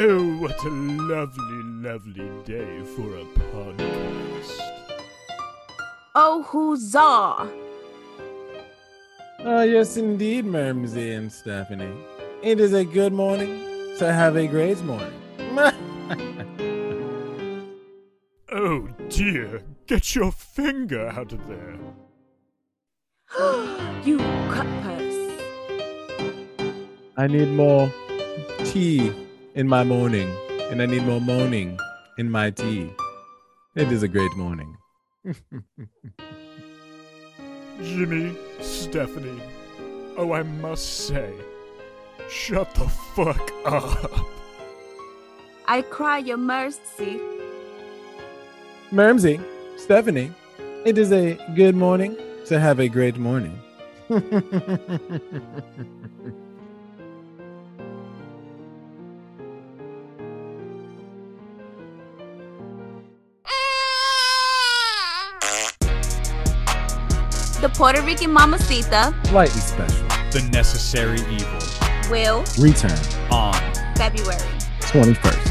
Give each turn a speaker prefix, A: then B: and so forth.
A: Oh, what a lovely, lovely day for a podcast.
B: Oh, huzzah!
C: Ah, yes, indeed, Mamsie and Stephanie. It is a good morning, so have a great morning.
A: Oh dear, get your finger out of there.
B: you cutpurse.
C: I need more tea in my morning, and I need more moaning in my tea. It is a great morning.
A: Jimmy, Stephanie, oh, I must say, shut the fuck up.
B: I cry your mercy.
C: Mamsie, Stephanie, it is a good morning, so have a great morning.
B: The Puerto Rican Mamacita
C: Slightly special.
D: The Necessary Evil
B: will
C: Return
D: on
B: February.
C: 21st.